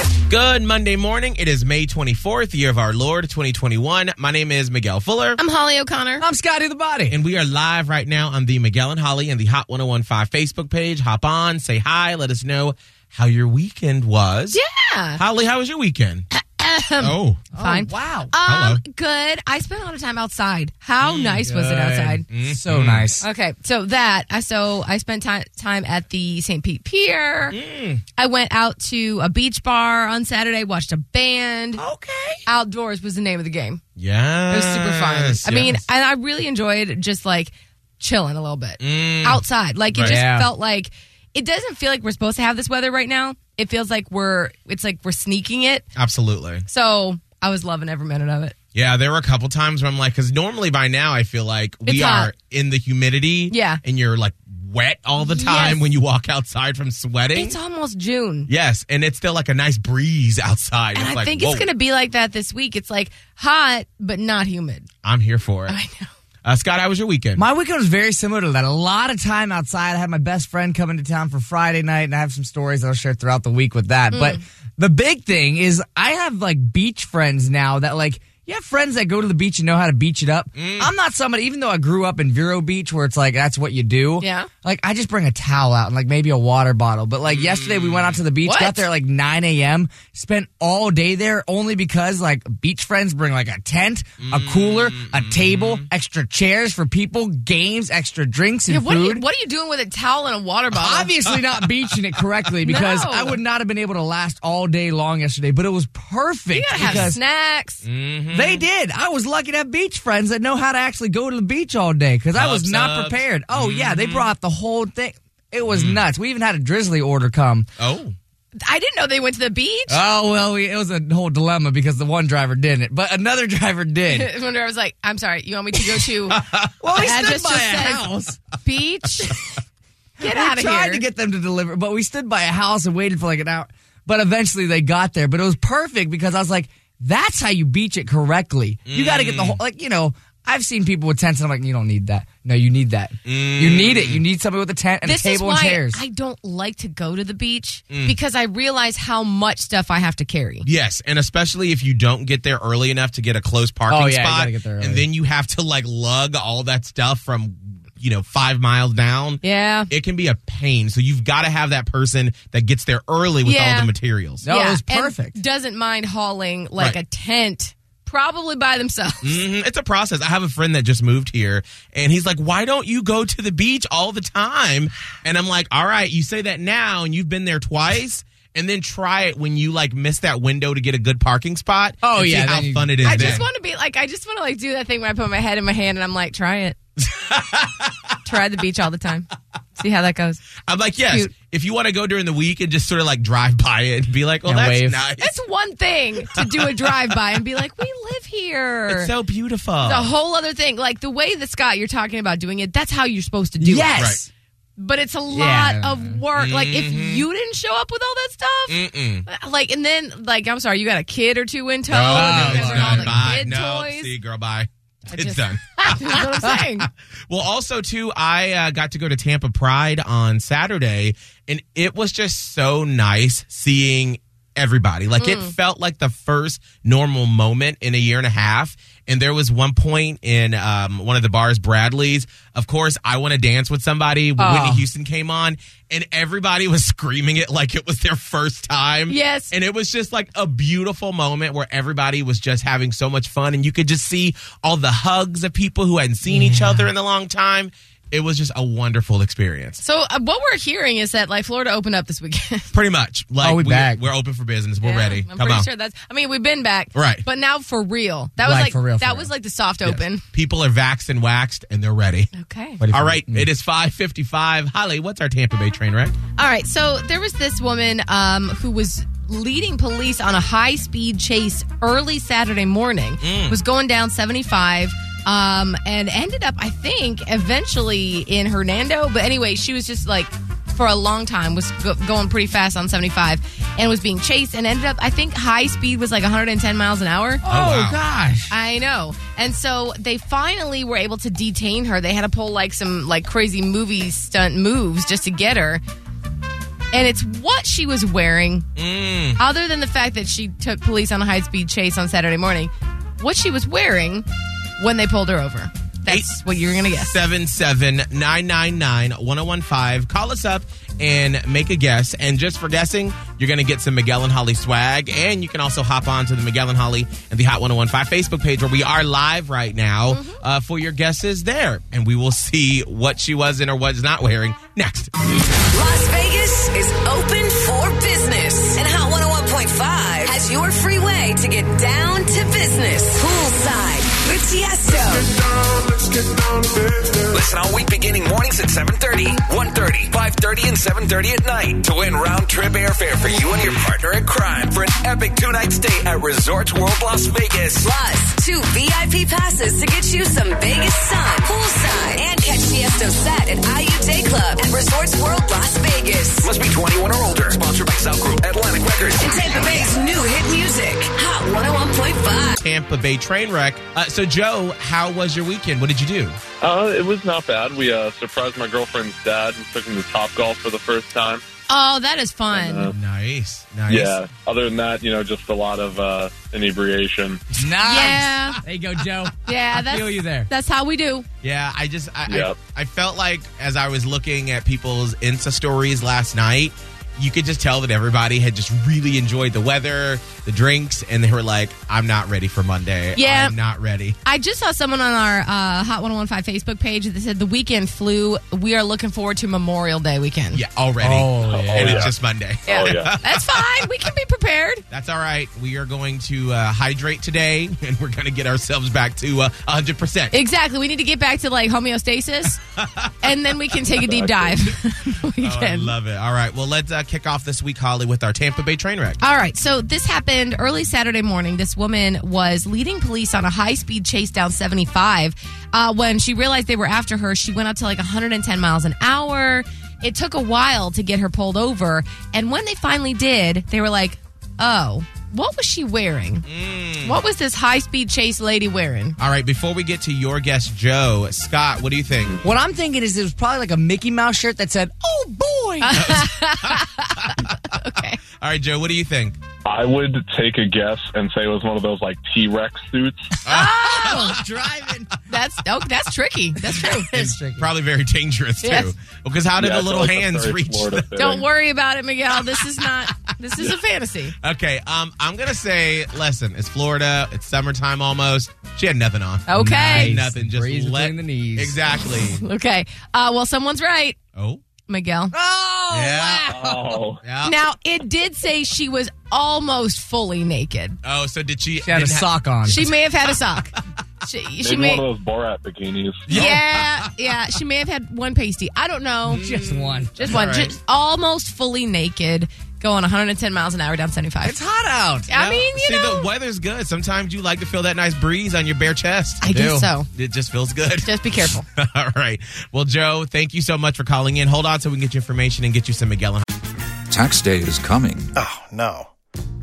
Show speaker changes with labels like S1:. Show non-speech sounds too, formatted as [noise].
S1: 101.5.
S2: Good Monday morning. It is May 24th, year of our Lord 2021. My name is Miguel Fuller.
S3: I'm Holly O'Connor.
S4: I'm Scotty the Body.
S2: and we are live right now on the Miguel and Holly and the Hot 1015 Facebook page. Hop on, say hi, let us know how your weekend was.
S3: Yeah.
S2: Holly, how was
S3: [clears throat]
S2: your weekend? oh,
S3: Fine.
S4: Oh, wow.
S2: Hello.
S3: Um, good. I spent a lot of time outside. How nice was it
S4: Good. Mm. Mm-hmm.
S3: outside?
S4: So nice.
S3: Okay, so that I so I spent time time at the St. Pete Pier. I went out to a beach bar on Saturday, watched a band.
S2: okay.
S3: Outdoors was the name of the game.
S2: Yeah.
S3: It was super fun. I mean, and I really enjoyed just like chilling a little bit outside. Like it
S2: Mm. Right.
S3: just
S4: Yeah.
S3: felt like it doesn't feel like we're supposed to have this weather right now. It feels like we're it's like we're sneaking it.
S2: absolutely.
S3: So I was loving every minute of it.
S2: Yeah, there were a couple times where I'm like, because normally by now I feel like we
S3: It's
S2: are
S3: hot.
S2: in the humidity.
S3: Yeah.
S2: And you're like wet all the time
S3: Yes.
S2: when you walk outside from sweating.
S3: It's almost June.
S2: yes. And it's still like a nice breeze outside.
S3: And
S2: it's
S3: I
S2: like,
S3: think
S2: whoa,
S3: it's going to be like that this week. It's like hot, but not humid.
S2: I'm here for it.
S3: I know.
S2: Uh, Scott, how was your weekend?
S4: My weekend was very similar to that. A lot of time outside. I had my best friend come into town for Friday night, and I have some stories that I'll share throughout the week with that. But the big thing is, I have like beach friends now that like. You have friends that go to the beach and know how to beach it up. I'm not somebody, even though I grew up in Vero Beach, where it's like that's what you do.
S3: Yeah.
S4: Like I just bring a towel out and like maybe a water bottle. But like yesterday we went out to the beach,
S3: What?
S4: got there at like 9 a.m. Spent all day there only because like beach friends bring like a tent, a cooler, a
S3: Mm-hmm.
S4: table, extra chairs for people, games, extra drinks and
S3: Yeah, what, are you,
S4: food.
S3: what are you doing with a towel and a water [laughs] bottle?
S4: Obviously not beaching
S3: [laughs]
S4: it correctly because
S3: No.
S4: I would not have been able to last all day long yesterday, but it was perfect
S3: You gotta have
S4: because
S3: snacks.
S2: Mm-hmm.
S4: they did. I was lucky to have beach friends that know how to actually go to the beach all day because I was
S2: Tubs,
S4: not
S2: tubs.
S4: prepared. Oh yeah,
S3: Mm-hmm.
S4: they brought the whole thing. It was
S3: Mm.
S4: nuts. We even had a drizzly order come.
S2: oh.
S3: I didn't know they went to the beach. [laughs]
S4: Oh well, we, it was a whole dilemma because the one driver didn't, but another [laughs] driver did.
S3: I wonder. I was like, I'm sorry. You want me to go to
S4: [laughs] well, we
S3: That
S4: stood
S3: just-
S4: by
S3: just
S4: a
S3: says-
S4: [laughs] house.
S3: beach? Get out
S4: we
S3: of
S4: tried
S3: here.
S4: to get them to deliver, but we stood by a house and waited for like an hour. But eventually they got there. But it was perfect because I was like, that's how you beach it correctly. You got to get the whole, like, you know, I've seen people with tents and I'm like, you don't need that. No, you need that. You need it. You need somebody with a tent and
S3: this
S4: a table
S3: is why
S4: and chairs. Mm.
S3: I don't like to go to the beach because I realize how much stuff I have to carry.
S2: Yes, and especially if you don't get there early enough to get a close parking
S4: Oh, yeah, you
S2: spot,
S4: gotta get there
S2: and
S4: early.
S2: then you have to like lug all that stuff from you know five miles down.
S3: Yeah.
S2: It can be a pain, so you've got to have that person that gets there early with all
S3: Yeah.
S2: the materials.
S4: No, it was
S3: and
S4: Oh, perfect.
S3: doesn't mind hauling like
S2: Right.
S3: a tent, probably by themselves.
S2: Mhm, It's a process. I have a friend that just moved here, and he's like, "Why don't you go to the beach all the time?" And I'm like, "All right, you say that now, and you've been there twice." And then try it when you like miss that window to get a good parking spot.
S4: Oh,
S2: and
S4: yeah,
S2: see how
S4: then you-
S2: fun it is.
S3: I
S2: then.
S3: just want to be like, I just want to like do that thing where I put my head in my hand and I'm like, try
S4: [laughs]
S3: it. try the beach all the time. See how that goes.
S2: I'm like, yes.
S3: Cute.
S2: If you want to go during the week and just sort of like drive by it and be like, well,
S4: And
S2: that's
S4: wave.
S2: nice. It's,
S3: That's one thing to do a drive by and be like, we live here.
S2: so beautiful.
S3: It's a whole other thing. Like the way that Scott, you're talking about doing it, that's how you're supposed to do it.
S4: yes.
S3: But it's a lot
S4: Yeah. Mm-hmm.
S3: of work. Like if you didn't show up with all that stuff,
S2: Mm-mm.
S3: like and then like I'm sorry, you got a kid or two in tow.
S2: No,
S3: and
S2: no,
S3: then
S2: it's
S3: there were all
S2: done.
S3: the
S2: Bye.
S3: kid
S2: No,
S3: toys.
S2: see, girl, bye. It's
S3: just-
S2: done.
S3: [laughs] That's what I'm saying.
S2: Well, also too, I uh, got to go to Tampa Pride on Saturday, and it was just so nice seeing everybody. Like it felt like the first normal moment in a year and a half. And there was one point in um, one of the bars, Bradley's. Of course, I want to dance with somebody. when Whitney Houston came on, and everybody was screaming it like it was their first time.
S3: Yes.
S2: And it was just like a beautiful moment where everybody was just having so much fun and you could just see all the hugs of people who hadn't seen each other in a long time. It was just a wonderful experience.
S3: So uh, what we're hearing is that like Florida opened up this weekend. [laughs]
S2: Pretty much. Like
S4: Oh, we back.
S2: are open for business. We're
S3: Yeah,
S2: ready.
S3: I'm
S2: Come
S3: pretty
S2: on.
S3: sure that's. I mean, we've been back,
S2: Right.
S3: But now for real, that was
S4: Right,
S3: like
S4: for real, for
S3: that
S4: real.
S3: was like the soft
S2: Yes.
S3: open.
S2: People are vaxxed and waxed and they're ready.
S3: Okay.
S2: All right, it is 555. Holly, what's our Tampa
S3: Uh,
S2: Bay train wreck?
S3: All right. So there was this woman um, who was leading police on a high speed chase early Saturday morning. Was going down 75. Um, and ended up, I think, eventually in Hernando. But anyway, she was just like, for a long time, was go- going pretty fast on 75 and was being chased and ended up, I think, high speed was like 110 miles an hour.
S4: Oh,
S2: wow.
S4: gosh.
S3: I know. And so they finally were able to detain her. They had to pull like some like crazy movie stunt moves just to get her. and it's what she was wearing,
S2: Mm.
S3: other than the fact that she took police on a high speed chase on Saturday morning, what she was wearing when they pulled her over. That's what you're going to guess.
S2: 877-999-1015. Call us up and make a guess. And just for guessing, you're going to get some Miguel and Holly swag. And you can also hop on to the Miguel and Holly and the Hot 1015 Facebook page where we are live right now
S3: Mm-hmm.
S2: uh, for your guesses there. And we will see what she was in or was not wearing next.
S1: Las Vegas is open for business. And Hot 101.5 has your freeway to get down to business. Poolside with Tiesto.
S5: Listen all week beginning mornings at 7.30, 1.30, 5.30, and 7.30 at night to win round-trip airfare for you and your partner in crime for an epic two-night stay at Resorts World Las Vegas.
S1: Plus, two VIP passes to get you some Vegas sun. Poolside and catch Tiesto set at IU Day Club at Resorts World Las Vegas.
S5: Must be 21 or older. Sponsored by South Group, Atlantic Records.
S1: And Tampa Bay's new hit music, Hot 101.5.
S2: Tampa Bay train wreck. Uh, so, Joe, how was your weekend? What did you do?
S6: Uh, it was not bad. We uh, surprised my girlfriend's dad and took him to Top Golf for the first time.
S3: Oh, that is fun.
S6: Uh,
S2: Nice. Nice.
S6: Yeah. Other than that, you know, just a lot of uh, inebriation.
S4: Nice.
S3: Yeah.
S4: There you go, [laughs] Joe.
S3: yeah, that's,
S4: Uh, feel you there.
S3: that's how we do.
S2: Yeah, I just I,
S6: Yep.
S2: I I felt like as I was looking at people's Insta stories last night, you could just tell that everybody had just really enjoyed the weather, the drinks, and they were like, "I'm not ready for Monday.
S3: Yeah.
S2: I'm not ready."
S3: I just saw someone on our uh, Hot 1015 Facebook page that said the weekend flew. We are looking forward to Memorial Day weekend.
S2: Yeah, already.
S4: Oh, yeah.
S2: and
S6: yeah.
S2: it's just Monday.
S6: Oh, yeah.
S3: [laughs] That's fine. We can be prepared.
S2: That's all right. We are going to uh, hydrate today, [laughs] and we're going to get ourselves back to uh, 100%.
S3: Exactly. We need to get back to like homeostasis, and then we can take a deep dive. [laughs] we
S2: Oh, I
S3: can.
S2: love it. All right. Well, let's uh, kick off this week, Holly, with our Tampa Bay train wreck.
S3: All right. So this happened early Saturday morning. This woman was leading police on a high speed chase down 75. Uh, when she realized they were after her, she went up to like 110 miles an hour. It took a while to get her pulled over. And when they finally did, they were like, oh, what was she wearing?
S2: Mm.
S3: What was this high speed chase lady wearing?
S2: All right. Before we get to your guest, Joe, Scott, what do you think?
S4: What I'm thinking is it was probably like a Mickey Mouse shirt that said, "Oh boy."
S3: Okay.
S2: All right, Joe, what do you think?
S6: I would take a guess and say it was one of those like T Rex suits.
S4: Oh, driving.
S3: That's oh, that's tricky. That's true.
S4: [laughs] It's tricky.
S2: Probably very dangerous too.
S3: Yes.
S2: Because how did
S6: Yeah,
S2: the
S6: it's
S2: little
S6: like
S2: hands
S6: third
S2: reach? [laughs]
S6: Florida
S2: the-
S6: fitting.
S3: Don't worry about it, Miguel. This is not. This is a fantasy.
S2: okay, um, I'm gonna say, listen, it's Florida, it's summertime almost. She had nothing on.
S3: Okay.
S2: Had
S3: Nice.
S2: nothing. Just
S4: Breeze
S2: let
S4: between the knees.
S3: [laughs]
S2: exactly.
S3: Okay. Uh, well, someone's right,
S2: Oh,
S3: Miguel.
S4: Oh,
S2: Yeah.
S4: wow.
S6: Oh,
S2: yeah.
S3: Now, it did say she was almost fully naked.
S2: oh, so did she?
S4: She had a
S2: didn't ha-
S4: sock on.
S3: She may have had a sock. She, she
S6: maybe
S3: may.
S6: one of those Borat bikinis.
S3: Yeah, yeah. She may have had one pasty. I don't know.
S4: just one.
S3: Just one.
S2: all right.
S3: Just almost fully naked, going 110 miles an hour down 75.
S4: It's hot out.
S3: I
S2: Yeah.
S3: mean, you
S2: see,
S3: know,
S2: the weather's good. Sometimes you like to feel that nice breeze on your bare chest.
S3: I guess so.
S2: It just feels good.
S3: just be careful.
S2: [laughs] All right. Well, Joe, thank you so much for calling in. Hold on so we can get your information and get you some Miguel and
S7: Tax day is coming,
S8: Oh, no.